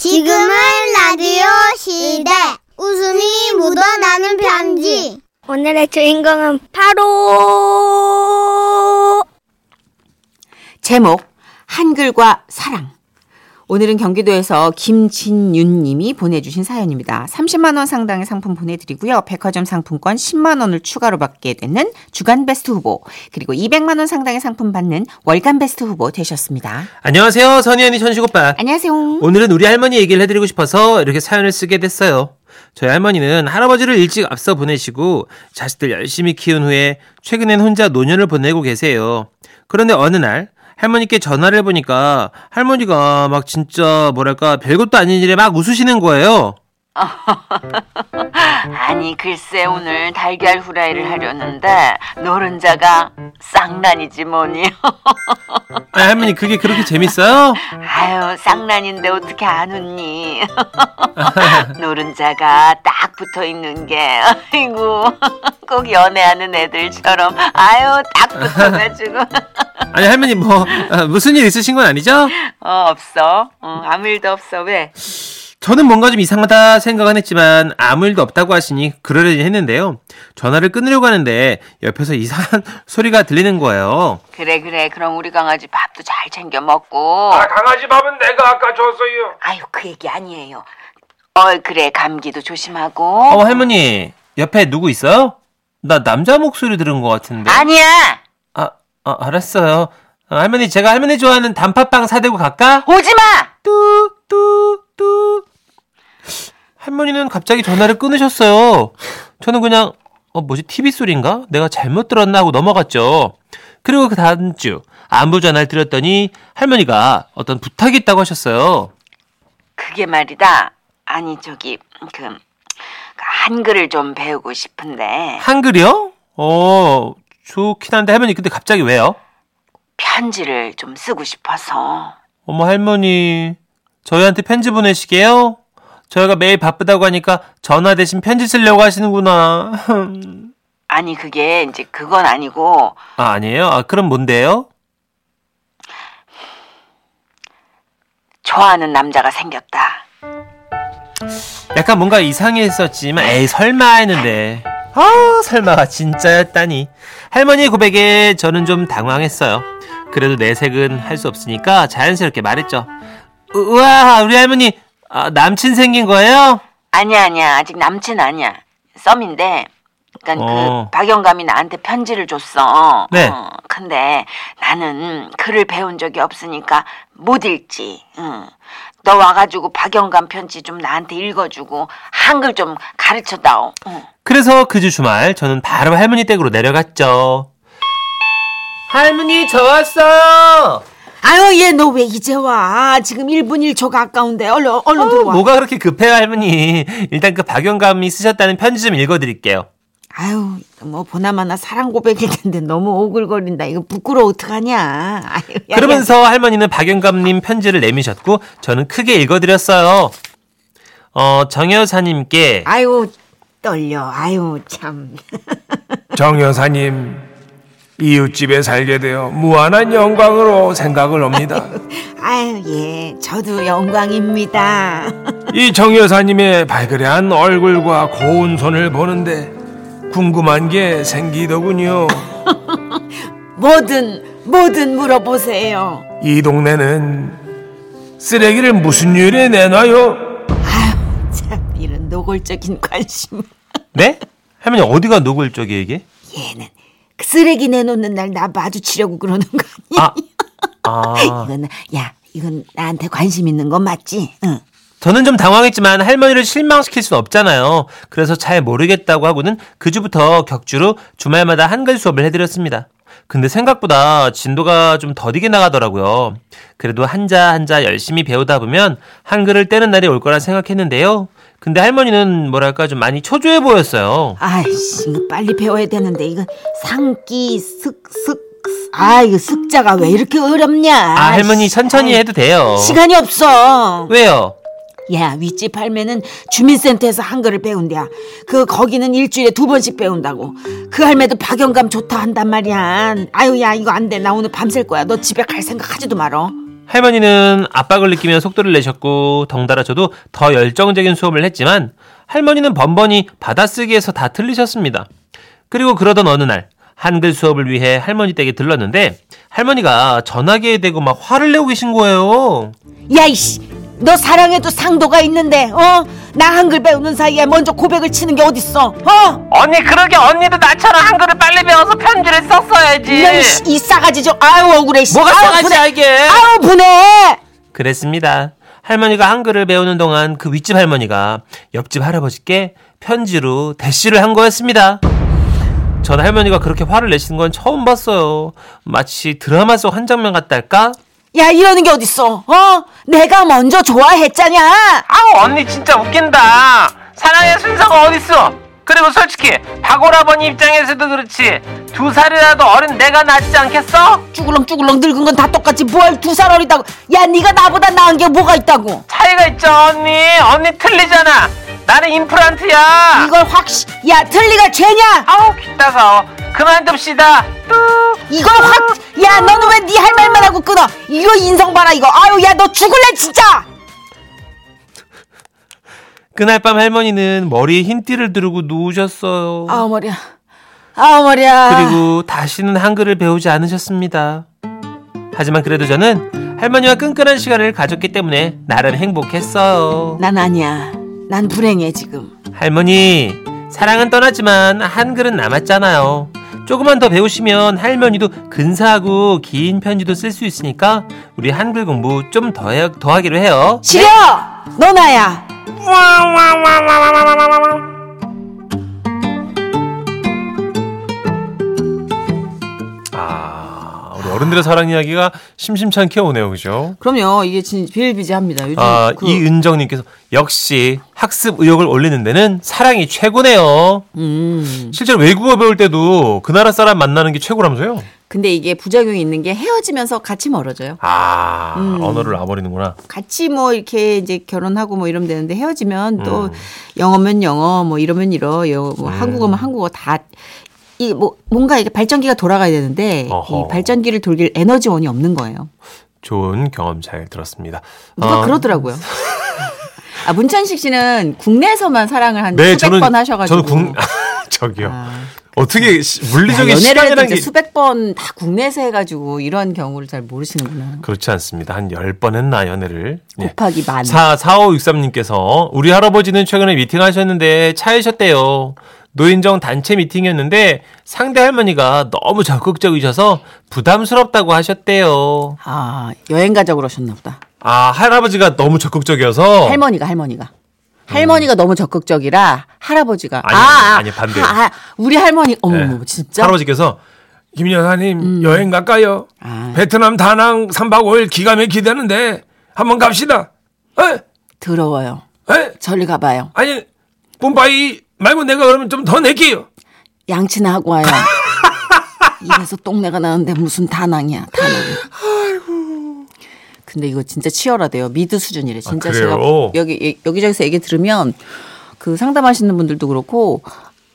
지금은 라디오 시대. 웃음이 묻어나는 편지. 오늘의 주인공은 바로 제목 한글과 사랑 오늘은 경기도에서 김진윤 님이 보내주신 사연입니다. 30만 원 상당의 상품 보내드리고요. 백화점 상품권 10만 원을 추가로 받게 되는 주간 베스트 후보 그리고 200만 원 상당의 상품 받는 월간 베스트 후보 되셨습니다. 안녕하세요. 선희언니 천식오빠. 안녕하세요. 오늘은 우리 할머니 얘기를 해드리고 싶어서 이렇게 사연을 쓰게 됐어요. 저희 할머니는 할아버지를 일찍 앞서 보내시고 자식들 열심히 키운 후에 최근엔 혼자 노년을 보내고 계세요. 그런데 어느 날 할머니께 전화를 해보니까 할머니가 막 진짜 뭐랄까 별것도 아닌 일에 막 웃으시는 거예요. 아니 글쎄 오늘 달걀 후라이를 하려는데 노른자가 쌍란이지 뭐니 아, 할머니 그게 그렇게 재밌어요? 아유 쌍란인데 어떻게 안 웃니 노른자가 딱 붙어 있는 게 아이고 꼭 연애하는 애들처럼 아유 딱 붙어가지고 아니 할머니 뭐 아, 무슨 일 있으신 건 아니죠? 어 없어 어, 아무 일도 없어 왜 저는 뭔가 좀 이상하다 생각은 했지만 아무 일도 없다고 하시니 그러려니 했는데요. 전화를 끊으려고 하는데 옆에서 이상한 소리가 들리는 거예요. 그래 그래 그럼 우리 강아지 밥도 잘 챙겨 먹고 강아지 밥은 내가 아까 줬어요. 아유 그 얘기 아니에요 어 그래 감기도 조심하고 어, 할머니, 옆에 누구 있어요? 나 남자 목소리 들은 것 같은데. 아니야 아, 아, 알았어요. 아, 할머니, 제가 할머니 좋아하는 단팥빵 사들고 갈까? 오지마 뚜, 뚜, 뚜. 할머니는 갑자기 전화를 끊으셨어요. 저는 그냥, 어, 뭐지, TV 소리인가? 내가 잘못 들었나 하고 넘어갔죠. 그리고 그 다음 주, 안부 전화를 드렸더니 할머니가 어떤 부탁이 있다고 하셨어요. 그게 말이다. 아니 저기 그 한글을 좀 배우고 싶은데 한글이요? 어, 좋긴 한데 할머니, 근데 갑자기 왜요? 편지를 좀 쓰고 싶어서. 어머, 할머니, 저희한테 편지 보내시게요? 저희가 매일 바쁘다고 하니까 전화 대신 편지 쓰려고 하시는구나. 아니 그게 이제 그건 아니고 아, 아니에요? 아, 그럼 뭔데요? 좋아하는 남자가 생겼다. 약간 뭔가 이상했었지만 에이 설마 했는데 아 설마가 진짜였다니 할머니 고백에 저는 좀 당황했어요 그래도 내색은 할 수 없으니까 자연스럽게 말했죠 우- 우와 우리 할머니 아, 남친 생긴 거예요? 아니야 아니야 아직 남친 아니야 썸인데. 그러니까 어. 그 박영감이 나한테 편지를 줬어. 네. 어, 근데 나는 글을 배운 적이 없으니까 못 읽지. 응. 너 와가지고 박영감 편지 좀 나한테 읽어주고 한글 좀 가르쳐다오. 응. 그래서 그 주 주말 저는 바로 할머니 댁으로 내려갔죠 할머니 저 왔어요 아유 얘 너 왜 이제 와 아, 지금 1분 1초가 아까운데 얼른 얼른 들어와 뭐가 그렇게 급해요 할머니 일단 그 박영감이 쓰셨다는 편지 좀 읽어드릴게요 아유 뭐 보나마나 사랑 고백일 텐데 너무 오글거린다 이거 부끄러워 어떡하냐 아유, 야, 야. 그러면서 할머니는 박영감님 편지를 내미셨고 저는 크게 읽어드렸어요. 어, 정 여사님께 아유 떨려 아유 참 정 여사님, 이웃집에 살게 되어 무한한 영광으로 생각을 합니다. 아유 예 저도 영광입니다 이 정 여사님의 발그레한 얼굴과 고운 손을 보는데 궁금한 게 생기더군요. 뭐든 뭐든 물어보세요 이 동네는 쓰레기를 무슨 요일에 내놔요? 참 이런 노골적인 관심 네? 할머니 어디가 노골적이 이게? 얘는 그 쓰레기 내놓는 날 나 마주치려고 그러는 거 아니야 아, 아. 이건 야 이건 나한테 관심 있는 건 맞지 응. 저는 좀 당황했지만 할머니를 실망시킬 순 없잖아요. 그래서 잘 모르겠다고 하고는 그 주부터 격주로 주말마다 한글 수업을 해드렸습니다. 근데 생각보다 진도가 좀 더디게 나가더라고요. 그래도 한자 한자 열심히 배우다 보면 한글을 떼는 날이 올 거라 생각했는데요. 근데 할머니는 뭐랄까 좀 많이 초조해 보였어요. 아이씨, 이거 빨리 배워야 되는데, 이거 상기, 슥, 슥, 아, 이거 슥자가 왜 이렇게 어렵냐. 아 할머니 천천히 해도 돼요. 시간이 없어. 왜요? 야, 윗집 할매는 주민센터에서 한글을 배운대야. 그, 거기는 일주일에 두 번씩 배운다고. 그 할매도 박영감 좋다 한단 말이야. 아유, 야, 이거 안 돼. 나 오늘 밤샐 거야. 너 집에 갈 생각 하지도 말어. 할머니는 압박을 느끼며 속도를 내셨고 덩달아 저도 더 열정적인 수업을 했지만 할머니는 번번이 받아쓰기에서 다 틀리셨습니다. 그리고 그러던 어느 날 한글 수업을 위해 할머니 댁에 들렀는데 할머니가 전화기에 대고 막 화를 내고 계신 거예요. 야이씨 너 사랑에도 상도가 있는데 어? 나 한글 배우는 사이에 먼저 고백을 치는 게 어딨어 어? 언니 그러게 언니도 나처럼 한글을 빨리 배워서 편지를 썼어야지. 이런 씨, 이 싸가지 좀 아유 억울해 씨. 예. 뭐가 아유, 분해. 싸가지야 이게? 아유 분해 그랬습니다. 할머니가 한글을 배우는 동안 그 윗집 할머니가 옆집 할아버지께 편지로 대시를 한 거였습니다. 전 할머니가 그렇게 화를 내시는 건 처음 봤어요. 마치 드라마 속 한 장면 같달까? 야 이러는 게 어딨어 어? 내가 먼저 좋아했잖아 아우 언니 진짜 웃긴다. 사랑의 순서가 어딨어? 그리고 솔직히 박오라버니 입장에서도 그렇지 두 살이라도 어린 내가 낫지 않겠어? 쭈글렁쭈글렁 늙은 건 다 똑같이 뭘 두 살 어리다고 야 네가 나보다 나은 게 뭐가 있다고 차이가 있죠 언니 언니 틀리잖아 나는 아. 임플란트야 이걸 확야 틀리가 죄냐 아우 귀 따가워 그만둡시다 뚝 이걸 확야 너는 왜 네 할 말만 하고 끊어 이거 인성 봐라 이거 아유 야 너 죽을래 진짜 그날 밤 할머니는 머리에 흰 띠를 두르고 누우셨어요. 아우 머리야 아우 머리야 그리고 다시는 한글을 배우지 않으셨습니다. 하지만 그래도 저는 할머니와 끈끈한 시간을 가졌기 때문에 나름 행복했어요. 난 아니야 난 불행해 지금 네? 할머니, 사랑은 떠났지만 한글은 남았잖아요. 조금만 더 배우시면 할머니도 근사하고 긴 편지도 쓸 수 있으니까 우리 한글 공부 좀 더, 해- 더 하기로 해요. 싫어 너 나야 아, 우리 어른들의 사랑 이야기가 심심찮게 오네요, 그죠? 그럼요. 이게 진짜 비일비재합니다. 요즘 아, 그 이은정님께서 역시 학습 의욕을 올리는 데는 사랑이 최고네요. 음. 실제로 외국어 배울 때도 그 나라 사람 만나는 게 최고라면서요? 근데 이게 부작용이 있는 게 헤어지면서 같이 멀어져요. 아, 음. 언어를 놔버리는구나. 같이 뭐 이렇게 이제 결혼하고 뭐 이러면 되는데 헤어지면 또 음. 영어면 영어 뭐 이러면 이러 여- 뭐 한국어면 한국어 다 이 뭐 뭔가 이게 발전기가 돌아가야 되는데 어허. 이 발전기를 돌릴 에너지원이 없는 거예요. 좋은 경험 잘 들었습니다. 누가 어, 그러더라고요. 아 문천식 씨는 국내에서만 사랑을 한 네, 수백 저는 번 하셔가지고 저는 국 저기요. 아, 어떻게 시- 야, 물리적인 연애를 시간이라는 해도 게 게... 수백 번 다 국내에서 해가지고 이런 경우를 잘 모르시는구나. 그렇지 않습니다. 한 10번 했나 연애를. 예. 곱하기 만. 4 4563님께서 우리 할아버지는 최근에 미팅하셨는데 차이셨대요. 노인정 단체 미팅이었는데 상대 할머니가 너무 적극적이셔서 부담스럽다고 하셨대요. 아 여행 가자고 그러셨나 보다. 아 할아버지가 너무 적극적이어서 음. 할머니가 할머니가 할머니가 너무 적극적이라 할아버지가 아니, 아니, 반대요. 아, 우리 할머니 어머 네. 머 진짜 할아버지께서 김 여사님 여행 갈까요? 아. 베트남 다낭 3박 5일 기가 막히다는데 한번 갑시다. 에? 더러워요. 에? 저리 가봐요. 아니 뽐바이 말고 내가 그러면 좀 더 낼게요. 양치나 하고 와요. 입에서 똥내가 나는데 무슨 다낭이야 다낭. 근데 이거 진짜 치열하대요. 미드 수준이래. 진짜 제가 아, 그래요? 여기 예, 여기저기서 얘기 들으면 그 상담하시는 분들도 그렇고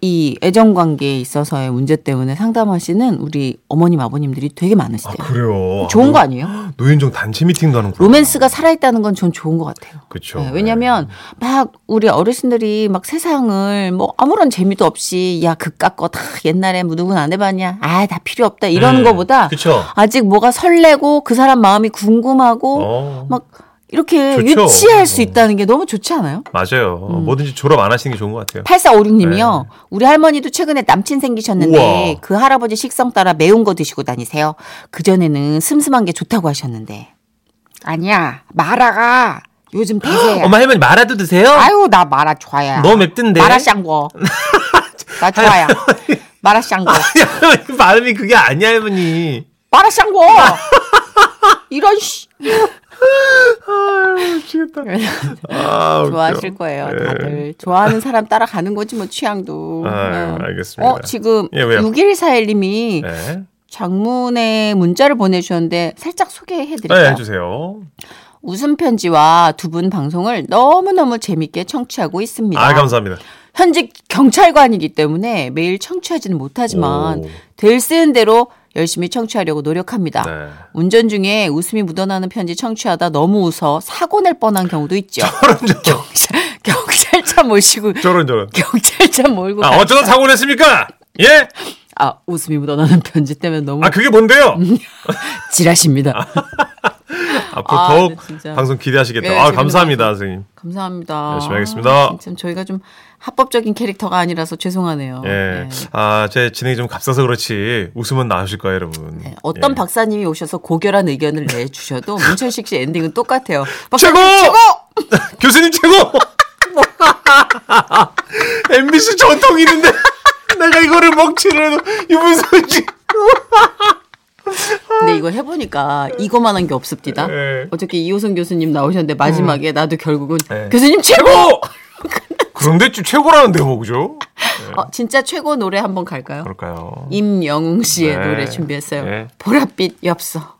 이 애정 관계에 있어서의 문제 때문에 상담하시는 우리 어머님 아버님들이 되게 많으시대요. 그래요. 좋은 거 아니에요? 노인정 단체 미팅도 하는구나. 로맨스가 살아있다는 건 전 좋은 것 같아요. 그쵸. 네, 왜냐면 막 우리 어르신들이 막 세상을 뭐 아무런 재미도 없이 야 그깟 거다 옛날에 뭐 누군 안 해봤냐 아 다 필요 없다 이러는 네, 거보다 그쵸. 아직 뭐가 설레고 그 사람 마음이 궁금하고 어. 막 이렇게 좋죠. 유치할 수 어. 있다는 게 너무 좋지 않아요? 맞아요. 뭐든지 졸업 안 하시는 게 좋은 것 같아요. 8456님이요. 우리 할머니도 최근에 남친 생기셨는데 네. 우와. 그 할아버지 식성 따라 매운 거 드시고 다니세요. 그전에는 슴슴한 게 좋다고 하셨는데. 아니야. 마라가 요즘 대세야. 엄마 할머니 말아도 드세요? 네. 아유, 나 마라 좋아야. 너무 네. 맵던데. 마라샹궈. 나 좋아야. 마라샹궈. 할머니 발음이 그게 아니야 할머니. 마라샹궈. 이런 씨. 아, 좋아하실 거예요. 다들 좋아하는 사람 따라가는 거지 뭐 취향도. 아, 어. 알겠습니다. 어 지금 예, 왜요? 6141님이 네. 장문의 문자를 보내주셨는데 살짝 소개해드릴까요? 네, 해주세요. 웃음 편지와 두 분 방송을 너무너무 재밌게 청취하고 있습니다. 아, 감사합니다. 현직 경찰관이기 때문에 매일 청취하지는 못하지만 오. 될 쓰는 대로 열심히 청취하려고 노력합니다. 네. 운전 중에 웃음이 묻어나는 편지 청취하다 너무 웃어 사고 날 뻔한 경우도 있죠. 경찰, 경찰차 모시고 저런 저런. 경찰차 몰고 아 가- 어쩌다 사고 냈습니까? 예? 아 웃음이 묻어나는 편지 때문에 너무 아 그게 아. 뭔데요? 지라십니다. 앞으로 아, 더욱 네, 진짜. 방송 기대하시겠다. 네, 아 재밌는 감사합니다, 선생님. 감사합니다. 열심히 하겠습니다. 아, 진짜 저희가 좀 합법적인 캐릭터가 아니라서 죄송하네요. 예. 네. 아, 제 진행이 좀 값싸서 그렇지 웃음은 나오실 거예요, 여러분. 네, 어떤 예. 박사님이 오셔서 고결한 의견을 내주셔도 문천식 씨 엔딩은 똑같아요. 최고! 박사님 교수님 최고! MBC 전통인인데 내가 이거를 먹칠을 해도 유분선 씨. 근데 이거 해보니까 이거만한 게 없습니다. 예. 어저께 이호선 교수님 나오셨는데 마지막에 나도 결국은 예. 교수님 최고! 최고! 그런데 좀 최고라는데요, 뭐, 그죠? 어, 진짜 최고 노래 한번 갈까요? 네. 그럴까요? 임영웅 씨의 네. 노래 준비했어요. 네. 보랏빛 엽서.